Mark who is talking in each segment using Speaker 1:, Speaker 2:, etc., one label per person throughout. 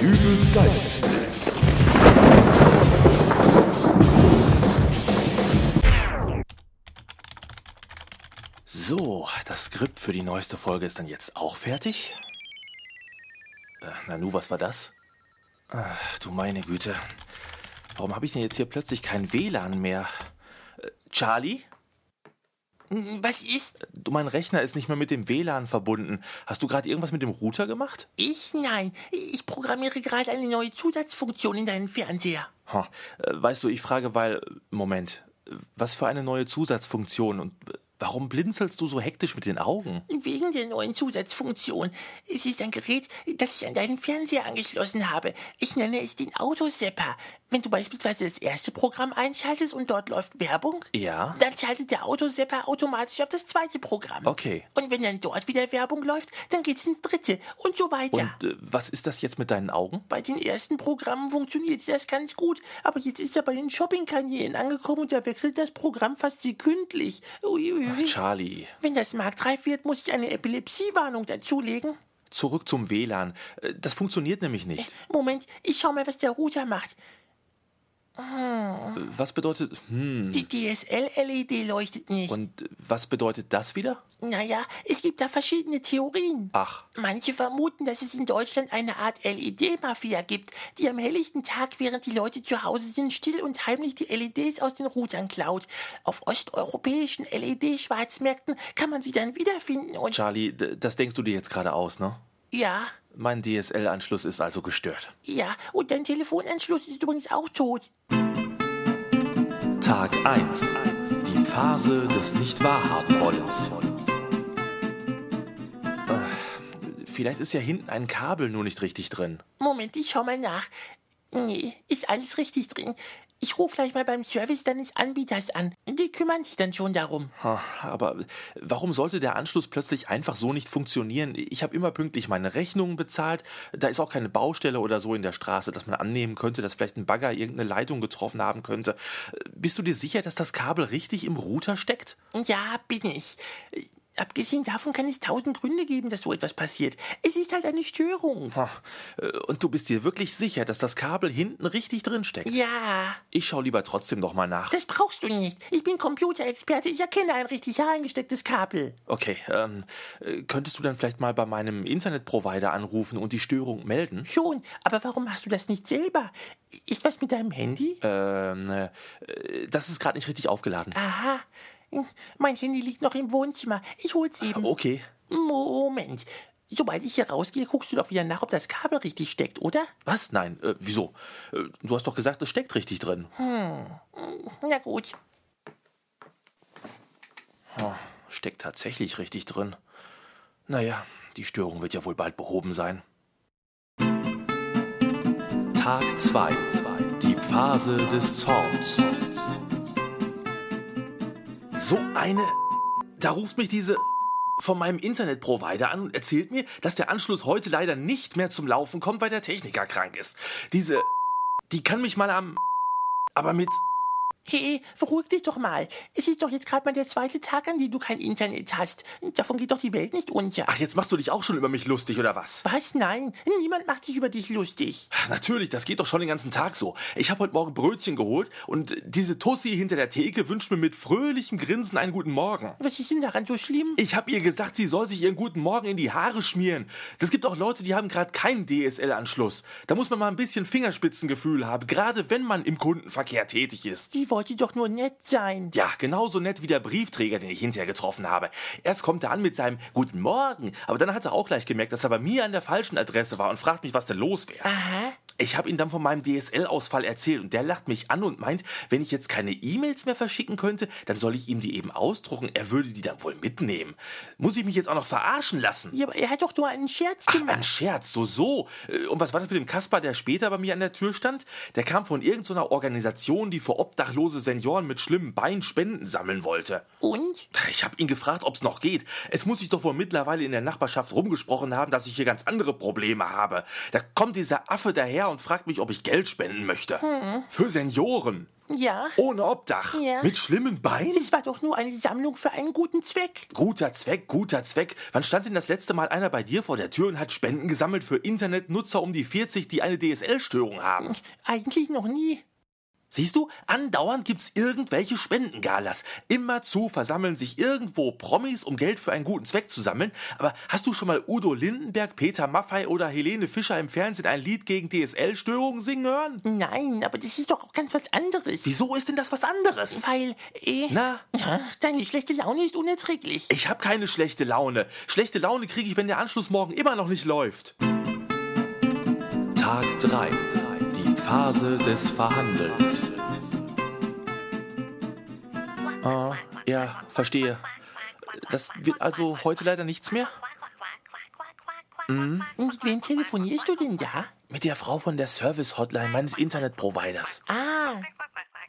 Speaker 1: Übels Geist.
Speaker 2: So, das Skript für die neueste Folge ist dann jetzt auch fertig? Äh, Nanu, was war das? Ach, du meine Güte. Warum habe ich denn jetzt hier plötzlich kein WLAN mehr? Äh, Charlie?
Speaker 3: Hm, Was ist?
Speaker 2: Du, mein Rechner ist nicht mehr mit dem WLAN verbunden. Hast du gerade irgendwas mit dem Router gemacht?
Speaker 3: Ich? Nein. Ich programmiere gerade eine neue Zusatzfunktion in deinen Fernseher.
Speaker 2: Ha, äh, weißt du, ich frage, weil. Moment. äh, Was für eine neue Zusatzfunktion und äh, warum blinzelst du so hektisch mit den Augen?
Speaker 3: Wegen der neuen Zusatzfunktion. Es ist ein Gerät, das ich an deinen Fernseher angeschlossen habe. Ich nenne es den Autosepper. Wenn du beispielsweise das erste Programm einschaltest und dort läuft Werbung,
Speaker 2: Ja?
Speaker 3: dann schaltet der Autosepper automatisch auf das zweite Programm.
Speaker 2: Okay.
Speaker 3: Und wenn dann dort wieder Werbung läuft, dann geht's ins dritte und so weiter.
Speaker 2: Und äh, was ist das jetzt mit deinen Augen?
Speaker 3: Bei den ersten Programmen funktioniert das ganz gut, aber jetzt ist er bei den Shopping-Kanälen angekommen und da wechselt das Programm fast sekündlich. Uiuiui.
Speaker 2: Charlie,
Speaker 3: Wenn das marktreif wird, muss ich eine Epilepsiewarnung dazulegen.
Speaker 2: zurück zum WLAN. Äh, Das funktioniert nämlich nicht.
Speaker 3: Moment, ich schau mal, was der Router macht.
Speaker 2: Äh, Was bedeutet. Hm.
Speaker 3: Die DSL-LED E leuchtet nicht.
Speaker 2: Und äh, was bedeutet das wieder?
Speaker 3: Naja, es gibt da verschiedene Theorien.
Speaker 2: Ach,
Speaker 3: Manche vermuten, dass es in Deutschland eine Art LED-Mafia gibt, die am helllichten Tag, während die Leute zu Hause sind, still und heimlich die LEDs aus den Routern klaut. Auf osteuropäischen LED-Schwarzmärkten kann man sie dann wiederfinden und...
Speaker 2: Charlie, d- das denkst du dir jetzt gerade aus, ne?
Speaker 3: ja,
Speaker 2: Mein DSL-Anschluss ist also gestört.
Speaker 3: ja, und dein Telefonanschluss ist übrigens auch tot.
Speaker 2: Tag 1. Die Phase des Nicht-Wahrhaben-Wollens. Äh, Vielleicht ist ja hinten ein Kabel nur nicht richtig drin.
Speaker 3: Moment, ich schau mal nach. Nee, ist alles richtig drin. Ich rufe gleich mal beim Service deines Anbieters an. Die kümmern sich dann schon darum.
Speaker 2: Ha, Aber warum sollte der Anschluss plötzlich einfach so nicht funktionieren? Ich habe immer pünktlich meine Rechnungen bezahlt. Da ist auch keine Baustelle oder so in der Straße, dass man annehmen könnte, dass vielleicht ein Bagger irgendeine Leitung getroffen haben könnte. Bist du dir sicher, dass das Kabel richtig im Router steckt?
Speaker 3: Ja, bin ich. Äh, Abgesehen davon kann es tausend Gründe geben, dass so etwas passiert. Es ist halt eine Störung.
Speaker 2: Ha, äh, Und du bist dir wirklich sicher, dass das Kabel hinten richtig drin steckt?
Speaker 3: Ja,
Speaker 2: Ich schaue lieber trotzdem noch mal nach.
Speaker 3: das brauchst du nicht. Ich bin Computerexperte, ich erkenne ein richtig reingestecktes Kabel.
Speaker 2: Okay, ähm, äh, könntest du dann vielleicht mal bei meinem Internetprovider anrufen und die Störung melden?
Speaker 3: Schon, aber warum machst du das nicht selber? Ist was mit deinem Handy?
Speaker 2: Ähm, äh, das ist gerade nicht richtig aufgeladen.
Speaker 3: Aha. Hm, Mein Handy liegt noch im Wohnzimmer. Ich hol's eben.
Speaker 2: Okay.
Speaker 3: Moment. Sobald ich hier rausgehe, guckst du doch wieder nach, ob das Kabel richtig steckt, oder?
Speaker 2: Was? Nein, äh, wieso? Äh, du hast doch gesagt, es steckt richtig drin.
Speaker 3: Na gut.
Speaker 2: Steckt tatsächlich richtig drin. Naja, die Störung wird ja wohl bald behoben sein. Tag 2. Die Phase des Zorns. So eine. Da ruft mich diese von meinem Internetprovider an und erzählt mir, dass der Anschluss heute leider nicht mehr zum Laufen kommt, weil der Techniker krank ist. Diese. Die kann mich mal am. Aber mit.
Speaker 3: Hey, beruhig dich doch mal. Es ist doch jetzt gerade mal der zweite Tag, an dem du kein Internet hast. Davon geht doch die Welt nicht unter.
Speaker 2: Ach, jetzt machst du dich auch schon über mich lustig, oder was?
Speaker 3: Was? Nein, niemand macht sich über dich lustig.
Speaker 2: Natürlich, das geht doch schon den ganzen Tag so. Ich habe heute Morgen Brötchen geholt und diese Tussi hinter der Theke wünscht mir mit fröhlichem Grinsen einen guten Morgen.
Speaker 3: Was ist denn daran so schlimm?
Speaker 2: Ich habe ihr gesagt, sie soll sich ihren guten Morgen in die Haare schmieren. Das gibt auch Leute, die haben gerade keinen DSL-Anschluss. Da muss man mal ein bisschen Fingerspitzengefühl haben, gerade wenn man im Kundenverkehr tätig ist.
Speaker 3: Die wollte doch nur nett sein.
Speaker 2: Ja, genauso nett wie der Briefträger, den ich hinterher getroffen habe. Erst kommt er an mit seinem Guten Morgen, aber dann hat er auch gleich gemerkt, dass er bei mir an der falschen Adresse war und fragt mich, was denn los wäre.
Speaker 3: Aha.
Speaker 2: Ich habe ihm dann von meinem DSL-Ausfall erzählt und der lacht mich an und meint, wenn ich jetzt keine E-Mails mehr verschicken könnte, dann soll ich ihm die eben ausdrucken. Er würde die dann wohl mitnehmen. Muss ich mich jetzt auch noch verarschen lassen?
Speaker 3: Ja, aber er hat doch nur einen Scherz
Speaker 2: Ach,
Speaker 3: gemacht.
Speaker 2: ein Scherz, so, so. Äh, Und was war das mit dem Kasper, der später bei mir an der Tür stand? Der kam von irgendeiner Organisation, die für obdachlose Senioren mit schlimmen Beinen Spenden sammeln wollte.
Speaker 3: Und?
Speaker 2: Ich habe ihn gefragt, ob's noch geht. Es muss sich doch wohl mittlerweile in der Nachbarschaft rumgesprochen haben, dass ich hier ganz andere Probleme habe. Da kommt dieser Affe daher und fragt mich, ob ich Geld spenden möchte. Für Senioren.
Speaker 3: Ja.
Speaker 2: Ohne Obdach.
Speaker 3: Ja.
Speaker 2: Mit schlimmen Beinen.
Speaker 3: Es war doch nur eine Sammlung für einen guten Zweck.
Speaker 2: Guter Zweck, guter Zweck. Wann stand denn das letzte Mal einer bei dir vor der Tür und hat Spenden gesammelt für Internetnutzer um die 40, die eine DSL-Störung haben?
Speaker 3: Eigentlich noch nie.
Speaker 2: Siehst du, andauernd gibt's irgendwelche Spendengalas. Immerzu versammeln sich irgendwo Promis, um Geld für einen guten Zweck zu sammeln. Aber hast du schon mal Udo Lindenberg, Peter Maffei oder Helene Fischer im Fernsehen ein Lied gegen DSL-Störungen singen hören?
Speaker 3: Nein, aber das ist doch auch ganz was anderes.
Speaker 2: Wieso ist denn das was anderes?
Speaker 3: Weil, eh.
Speaker 2: Na?
Speaker 3: Ach, deine schlechte Laune ist unerträglich.
Speaker 2: Ich habe keine schlechte Laune. Schlechte Laune kriege ich, wenn der Anschluss morgen immer noch nicht läuft. Tag 3. Die Phase des Verhandelns. Ah, ja, verstehe. Das wird also heute leider nichts mehr?
Speaker 3: Mit wem telefonierst du denn da?
Speaker 2: Mit der Frau von der Service-Hotline meines Internetproviders.
Speaker 3: Ah,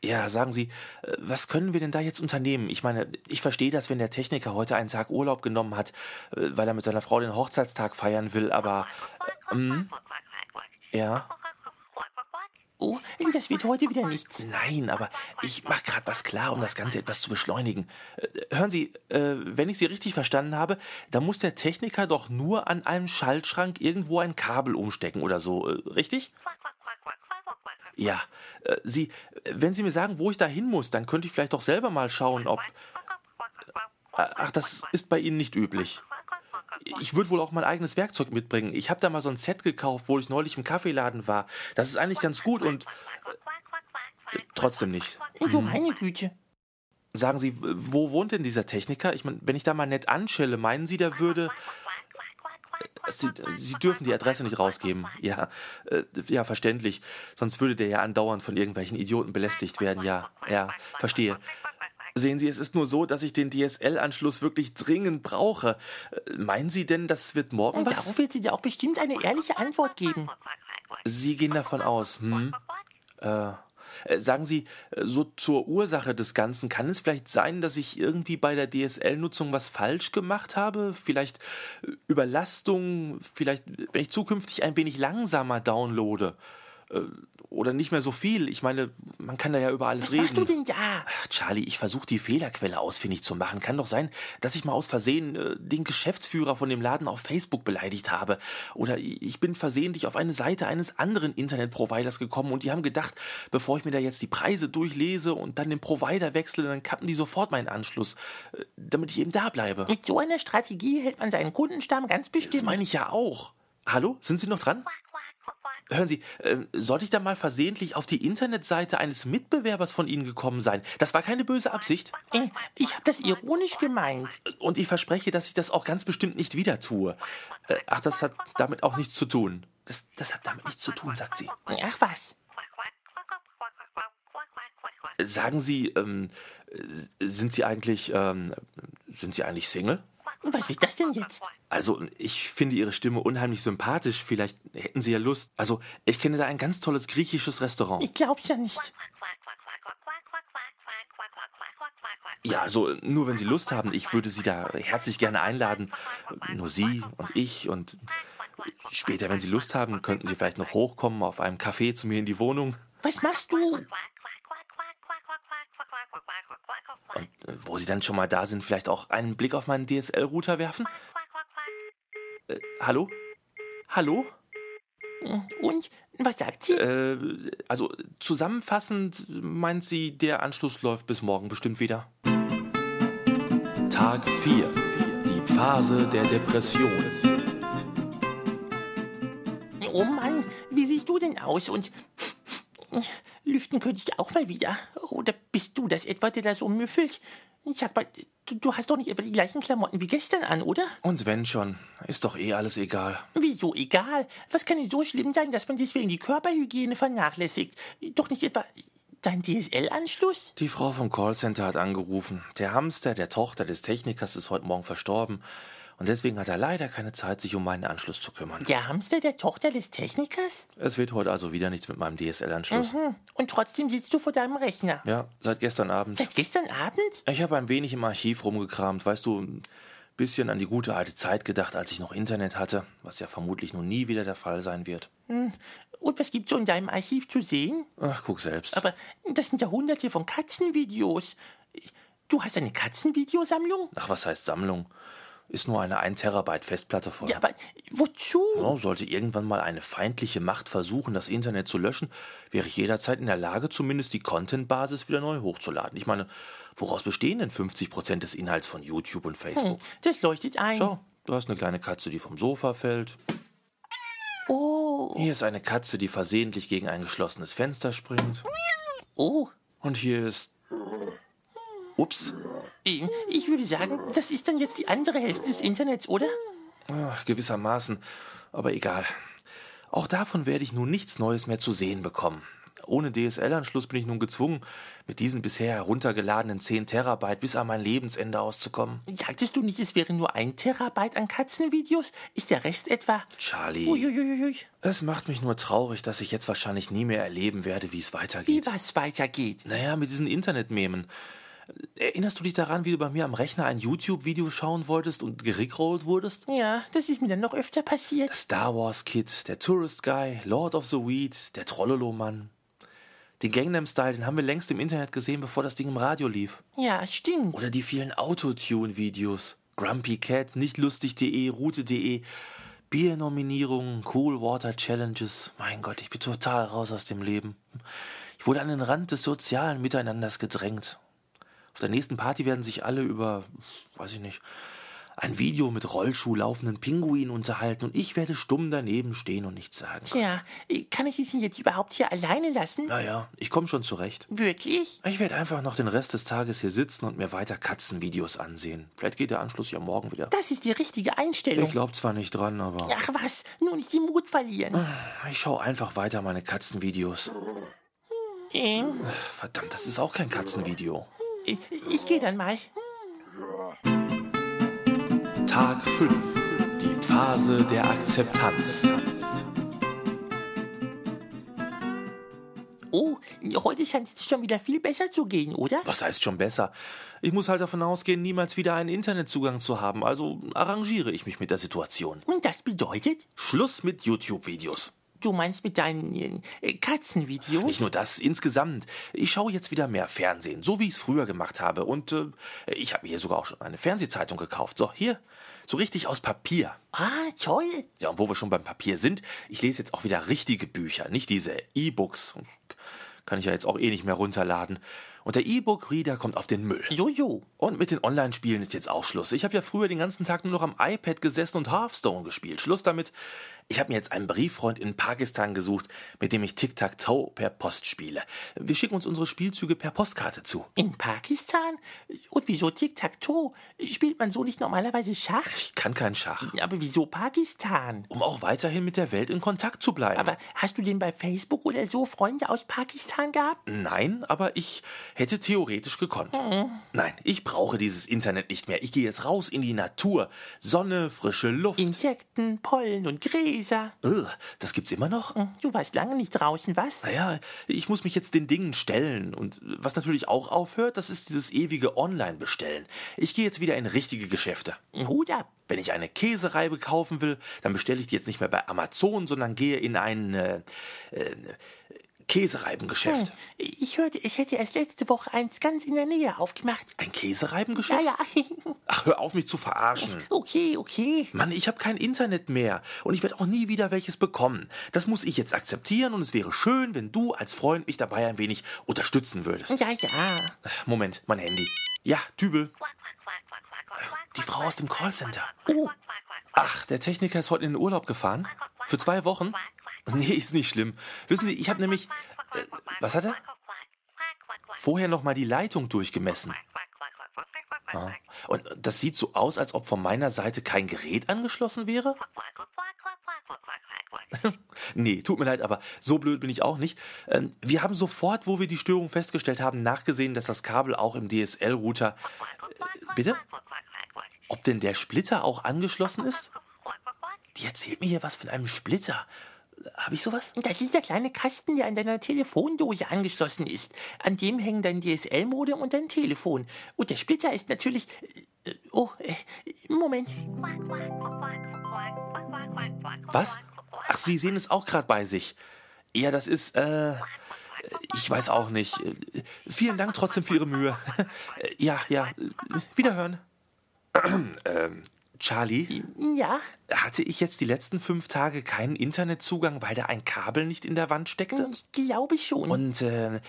Speaker 2: Ja, sagen Sie, äh, was können wir denn da jetzt unternehmen? Ich meine, ich verstehe das, wenn der Techniker heute einen Tag Urlaub genommen hat, äh, weil er mit seiner Frau den Hochzeitstag feiern will, aber ja.
Speaker 3: oh, das wird heute wieder nichts.
Speaker 2: Nein, aber ich mache gerade was klar, um das Ganze etwas zu beschleunigen. Äh, Hören Sie, äh, wenn ich Sie richtig verstanden habe, da muss der Techniker doch nur an einem Schaltschrank irgendwo ein Kabel umstecken oder so, äh, richtig? Ja. Äh, Sie, äh, wenn Sie mir sagen, wo ich da hin muss, dann könnte ich vielleicht doch selber mal schauen, ob. äh, Ach, das ist bei Ihnen nicht üblich. Ich würde wohl auch mein eigenes Werkzeug mitbringen. Ich habe da mal so ein Set gekauft, wo ich neulich im Kaffeeladen war. Das ist eigentlich ganz gut und äh, trotzdem nicht.
Speaker 3: Du meine Güte.
Speaker 2: Sagen Sie, w- wo wohnt denn dieser Techniker? Ich meine, wenn ich da mal nett anschelle, meinen Sie, der würde. Sie, Sie dürfen die Adresse nicht rausgeben. Ja, äh, ja, verständlich. Sonst würde der ja andauernd von irgendwelchen Idioten belästigt werden. Ja, ja, verstehe. Sehen Sie, es ist nur so, dass ich den DSL-Anschluss wirklich dringend brauche. Äh, Meinen Sie denn, das wird morgen
Speaker 3: Und
Speaker 2: was?
Speaker 3: Äh, darauf wird sie dir auch bestimmt eine ehrliche Antwort geben.
Speaker 2: Sie gehen davon aus, hm? Äh, äh, sagen Sie, äh, so zur Ursache des Ganzen, kann es vielleicht sein, dass ich irgendwie bei der DSL-Nutzung was falsch gemacht habe? Vielleicht äh, Überlastung, vielleicht, äh, wenn ich zukünftig ein wenig langsamer downloade? Äh, Oder nicht mehr so viel. Ich meine, man kann da ja über alles reden.
Speaker 3: Machst du denn da?
Speaker 2: Ach, Charlie, ich versuche die Fehlerquelle ausfindig zu machen. Kann doch sein, dass ich mal aus Versehen äh, den Geschäftsführer von dem Laden auf Facebook beleidigt habe. Oder i- ich bin versehentlich auf eine Seite eines anderen Internetproviders gekommen und die haben gedacht, bevor ich mir da jetzt die Preise durchlese und dann den Provider wechsle, dann kappen die sofort meinen Anschluss, äh, damit ich eben da bleibe.
Speaker 3: Mit so einer Strategie hält man seinen Kundenstamm ganz
Speaker 2: Das
Speaker 3: bestimmt.
Speaker 2: meine ich ja auch. Hallo, sind Sie noch dran? Hören Sie, ähm, sollte ich da mal versehentlich auf die Internetseite eines Mitbewerbers von Ihnen gekommen sein? Das war keine böse Absicht.
Speaker 3: Äh, Ich habe das ironisch gemeint.
Speaker 2: Und ich verspreche, dass ich das auch ganz bestimmt nicht wieder tue. Äh, ach, das hat damit auch nichts zu tun. Das, das hat damit nichts zu tun, sagt sie.
Speaker 3: Ach was.
Speaker 2: Äh, Sagen Sie, ähm, äh, sind Sie eigentlich, ähm, sind Sie eigentlich Single?
Speaker 3: Was wird das denn jetzt?
Speaker 2: Also, ich finde Ihre Stimme unheimlich sympathisch. Vielleicht hätten Sie ja Lust. Also, ich kenne da ein ganz tolles griechisches Restaurant.
Speaker 3: Ich glaub's ja nicht.
Speaker 2: Ja, also, nur wenn Sie Lust haben, ich würde Sie da herzlich gerne einladen. Nur Sie und ich und später, wenn Sie Lust haben, könnten Sie vielleicht noch hochkommen auf einem Café zu mir in die Wohnung.
Speaker 3: Was machst du?
Speaker 2: Und äh, wo Sie dann schon mal da sind, vielleicht auch einen Blick auf meinen DSL-Router werfen? Äh, hallo? Hallo?
Speaker 3: Und? Was sagt sie?
Speaker 2: Äh, also zusammenfassend meint sie, der Anschluss läuft bis morgen bestimmt wieder. Tag 4. Die Phase der Depression.
Speaker 3: Oh Mann, wie siehst du denn aus? Und lüften könnte ich auch mal wieder. Oder bist du das etwa, der das umüffelt? Sag mal, du, du hast doch nicht etwa die gleichen Klamotten wie gestern an, oder?
Speaker 2: Und wenn schon, ist doch eh alles egal.
Speaker 3: Wieso egal? Was kann denn so schlimm sein, dass man deswegen die Körperhygiene vernachlässigt? Doch nicht etwa dein DSL-Anschluss?
Speaker 2: Die Frau vom Callcenter hat angerufen. Der Hamster der Tochter des Technikers ist heute Morgen verstorben und deswegen hat er leider keine Zeit, sich um meinen Anschluss zu kümmern.
Speaker 3: Der Hamster der Tochter des Technikers?
Speaker 2: Es wird heute also wieder nichts mit meinem DSL-Anschluss.
Speaker 3: Hm. Und trotzdem sitzt du vor deinem Rechner.
Speaker 2: Ja, seit gestern Abend.
Speaker 3: Seit gestern Abend?
Speaker 2: Ich habe ein wenig im Archiv rumgekramt, weißt du, Bisschen an die gute alte Zeit gedacht, als ich noch Internet hatte, was ja vermutlich nun nie wieder der Fall sein wird.
Speaker 3: Und was gibt's so in deinem Archiv zu sehen?
Speaker 2: Ach, guck selbst.
Speaker 3: Aber das sind ja hunderte von Katzenvideos. Du hast eine Katzenvideosammlung?
Speaker 2: Ach, was heißt Sammlung? Ist nur eine 1 Terabyte Festplatte voll.
Speaker 3: Ja, aber wozu?
Speaker 2: Ja, sollte irgendwann mal eine feindliche Macht versuchen, das Internet zu löschen, wäre ich jederzeit in der Lage, zumindest die Content-Basis wieder neu hochzuladen. Ich meine, woraus bestehen denn 50% des Inhalts von YouTube und Facebook?
Speaker 3: Hm, Das leuchtet ein.
Speaker 2: Schau, du hast eine kleine Katze, die vom Sofa fällt.
Speaker 3: Oh,
Speaker 2: Hier ist eine Katze, die versehentlich gegen ein geschlossenes Fenster springt.
Speaker 3: oh.
Speaker 2: Und hier ist. Ups.
Speaker 3: Ähm, Ich würde sagen, das ist dann jetzt die andere Hälfte des Internets, oder?
Speaker 2: Ach, Gewissermaßen. Aber egal. Auch davon werde ich nun nichts Neues mehr zu sehen bekommen. Ohne DSL-Anschluss bin ich nun gezwungen, mit diesen bisher heruntergeladenen 10 Terabyte bis an mein Lebensende auszukommen.
Speaker 3: Sagtest du nicht, es wäre nur ein Terabyte an Katzenvideos? Ist der Rest etwa?
Speaker 2: Charlie,
Speaker 3: Uiuiuiui.
Speaker 2: es macht mich nur traurig, dass ich jetzt wahrscheinlich nie mehr erleben werde, wie es
Speaker 3: Wie
Speaker 2: weitergeht.
Speaker 3: was weitergeht.
Speaker 2: Naja, mit diesen Internetmemen. Erinnerst du dich daran, wie du bei mir am Rechner ein YouTube-Video schauen wolltest und gerickrollt wurdest?
Speaker 3: Ja, das ist mir dann noch öfter passiert.
Speaker 2: Star Wars Kid, der Tourist Guy, Lord of the Weed, der Trollolo-Mann. Den Gangnam Style, den haben wir längst im Internet gesehen, bevor das Ding im Radio lief.
Speaker 3: Ja, stimmt.
Speaker 2: Oder die vielen Autotune-Videos. Grumpy Cat, nichtlustig.de, Route.de, Biernominierungen, Cool Water Challenges. Mein Gott, ich bin total raus aus dem Leben. Ich wurde an den Rand des sozialen Miteinanders gedrängt. Auf der nächsten Party werden sich alle über, weiß ich nicht, ein Video mit Rollschuh laufenden Pinguinen unterhalten und ich werde stumm daneben stehen und nichts sagen.
Speaker 3: Tja, äh, kann ich dich denn jetzt überhaupt hier alleine lassen?
Speaker 2: Naja, ich komme schon zurecht.
Speaker 3: Wirklich?
Speaker 2: Ich werde einfach noch den Rest des Tages hier sitzen und mir weiter Katzenvideos ansehen. Vielleicht geht der Anschluss ja morgen wieder.
Speaker 3: Das ist die richtige
Speaker 2: Ich
Speaker 3: Einstellung.
Speaker 2: glaub zwar nicht dran, aber
Speaker 3: Ach was, nur nicht den Mut verlieren.
Speaker 2: ich schaue einfach weiter meine Katzenvideos.
Speaker 3: Ähm,
Speaker 2: Verdammt, das ist auch kein Katzenvideo.
Speaker 3: ich ich gehe dann mal.
Speaker 2: Tag 5. Die Phase der Akzeptanz.
Speaker 3: Oh, heute scheint es schon wieder viel besser zu gehen, oder?
Speaker 2: Was heißt schon besser? Ich muss halt davon ausgehen, niemals wieder einen Internetzugang zu haben, also arrangiere ich mich mit der Situation.
Speaker 3: Und das bedeutet,
Speaker 2: Schluss mit YouTube-Videos.
Speaker 3: du meinst mit deinen äh, Katzenvideos?
Speaker 2: Nicht nur das, insgesamt. Ich schaue jetzt wieder mehr Fernsehen, so wie ich es früher gemacht habe. Und äh, ich habe mir hier sogar auch schon eine Fernsehzeitung gekauft. So, hier. So richtig aus Papier.
Speaker 3: Ah, toll.
Speaker 2: Ja, und wo wir schon beim Papier sind, ich lese jetzt auch wieder richtige Bücher, nicht diese E-Books. Kann ich ja jetzt auch eh nicht mehr runterladen. Und der E-Book-Reader kommt auf den Müll.
Speaker 3: Jojo.
Speaker 2: Und mit den Online-Spielen ist jetzt auch Schluss. Ich habe ja früher den ganzen Tag nur noch am iPad gesessen und Hearthstone gespielt. Schluss damit. Ich habe mir jetzt einen Brieffreund in Pakistan gesucht, mit dem ich Tic-Tac-Toe per Post spiele. Wir schicken uns unsere Spielzüge per Postkarte zu.
Speaker 3: In Pakistan? Und wieso Tic-Tac-Toe? Spielt man so nicht normalerweise Schach?
Speaker 2: Ich kann keinen Schach.
Speaker 3: Aber wieso Pakistan?
Speaker 2: Um auch weiterhin mit der Welt in Kontakt zu bleiben.
Speaker 3: Aber hast du denn bei Facebook oder so Freunde aus Pakistan gehabt?
Speaker 2: Nein, aber ich hätte theoretisch gekonnt.
Speaker 3: Mhm.
Speaker 2: Nein, ich brauche dieses Internet nicht mehr. Ich gehe jetzt raus in die Natur. Sonne, frische Luft.
Speaker 3: Insekten, Pollen und Gräser.
Speaker 2: Ugh, das gibt's immer noch?
Speaker 3: Du warst lange nicht draußen, was?
Speaker 2: Naja, ich muss mich jetzt den Dingen stellen. Und was natürlich auch aufhört, das ist dieses ewige Online-Bestellen. Ich gehe jetzt wieder in richtige Geschäfte.
Speaker 3: Hut ab.
Speaker 2: Wenn ich eine Käsereibe kaufen will, dann bestelle ich die jetzt nicht mehr bei Amazon, sondern gehe in ein äh, äh, Käsereibengeschäft.
Speaker 3: Mhm. Ich hörte, es hätte erst letzte Woche eins ganz in der Nähe aufgemacht.
Speaker 2: Ein Käsereibengeschäft?
Speaker 3: Ja, ja.
Speaker 2: Ach, hör auf, mich zu verarschen.
Speaker 3: Okay, okay.
Speaker 2: Mann, ich habe kein Internet mehr und ich werde auch nie wieder welches bekommen. Das muss ich jetzt akzeptieren und es wäre schön, wenn du als Freund mich dabei ein wenig unterstützen würdest.
Speaker 3: Ja, ja.
Speaker 2: Moment, mein Handy. Ja, Dübel.
Speaker 1: Die Frau aus dem Callcenter.
Speaker 2: Oh. Ach, der Techniker ist heute in den Urlaub gefahren? Für zwei Wochen? Nee, ist nicht schlimm. Wissen Sie, ich habe nämlich. Äh, was hat er? Vorher nochmal die Leitung durchgemessen.
Speaker 1: Ah.
Speaker 2: Und das sieht so aus, als ob von meiner Seite kein Gerät angeschlossen wäre? Nee, tut mir leid, aber so blöd bin ich auch nicht. Ähm, wir haben sofort, wo wir die Störung festgestellt haben, nachgesehen, dass das Kabel auch im DSL-Router. Äh,
Speaker 1: Bitte?
Speaker 2: Ob denn der Splitter auch angeschlossen ist? Die erzählt mir hier was von einem Splitter. Habe ich sowas?
Speaker 3: Das ist der kleine Kasten, der an deiner Telefondose angeschlossen ist. An dem hängen dein DSL-Modem und dein Telefon. Und der Splitter ist natürlich. äh, Oh, äh, Moment.
Speaker 2: Was? Ach, Sie sehen es auch gerade bei sich. Ja, das ist, äh, ich weiß auch nicht. Äh, Vielen Dank trotzdem für Ihre Mühe. Äh, Ja, ja, äh, wiederhören. ähm, Charlie,
Speaker 3: Ja,
Speaker 2: hatte ich jetzt die letzten fünf Tage keinen Internetzugang, weil da ein Kabel nicht in der Wand steckte?
Speaker 3: ich glaube schon.
Speaker 2: Und äh,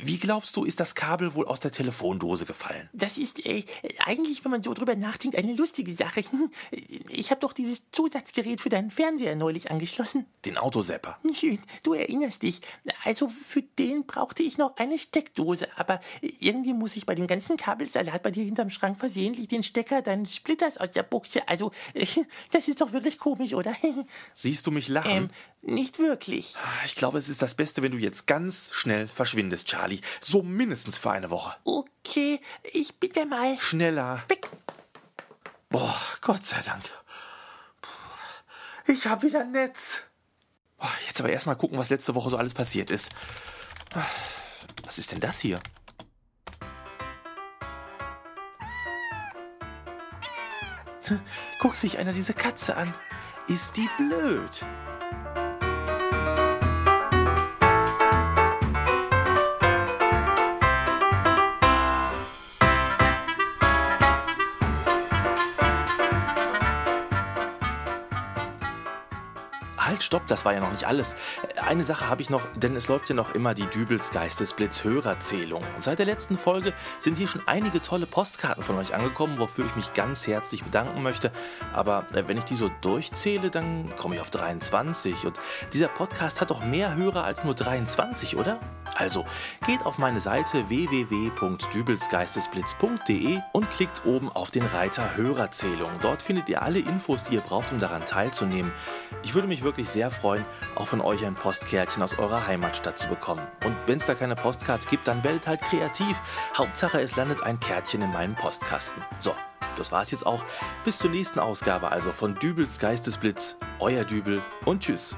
Speaker 2: wie glaubst du, ist das Kabel wohl aus der Telefondose gefallen?
Speaker 3: Das ist äh, eigentlich, wenn man so drüber nachdenkt, eine lustige Sache. Hm, Ich habe doch dieses Zusatzgerät für deinen Fernseher neulich angeschlossen. Hm,
Speaker 2: Den Autosepper.
Speaker 3: Schön, du erinnerst dich. Also für den brauchte ich noch eine Steckdose, aber irgendwie muss ich bei dem ganzen Kabelsalat bei dir hinterm Schrank versehentlich den Stecker deines Splitters aus der Buchse. Also, äh, das ist doch wirklich komisch, oder?
Speaker 2: Siehst du mich lachen? Ah,
Speaker 3: Ähm, nicht wirklich.
Speaker 2: Ich glaube, es ist das Beste, wenn du jetzt ganz schnell verschwindest, Charlie. So mindestens für eine Woche.
Speaker 3: Okay, ich bitte mal
Speaker 2: Schneller.
Speaker 3: weg.
Speaker 2: Boah, Gott sei Dank. Ich habe wieder Netz. Boah, Jetzt aber erstmal gucken, was letzte Woche so alles passiert ist. Was ist denn das hier? Guckt sich einer diese Katze an. Ist die blöd? Halt, stopp, das war ja noch nicht alles. Eine Sache habe ich noch, denn es läuft ja noch immer die Dübels Geistesblitz Hörerzählung. Und seit der letzten Folge sind hier schon einige tolle Postkarten von euch angekommen, wofür ich mich ganz herzlich bedanken möchte. Aber äh, wenn ich die so durchzähle, dann komme ich auf 23. Und dieser Podcast hat doch mehr Hörer als nur 23, oder? Also geht auf meine Seite www.dübelsgeistesblitz.de und klickt oben auf den Reiter Hörerzählung. Dort findet ihr alle Infos, die ihr braucht, um daran teilzunehmen. Ich würde mich wirklich sehr freuen, auch von euch ein Postkärtchen aus eurer Heimatstadt zu bekommen. Und wenn es da keine Postkarte gibt, dann werdet halt kreativ. Hauptsache, es landet ein Kärtchen in meinem Postkasten. So, das war's jetzt auch. Bis zur nächsten Ausgabe also von Dübels Geistesblitz. Euer Dübel und tschüss.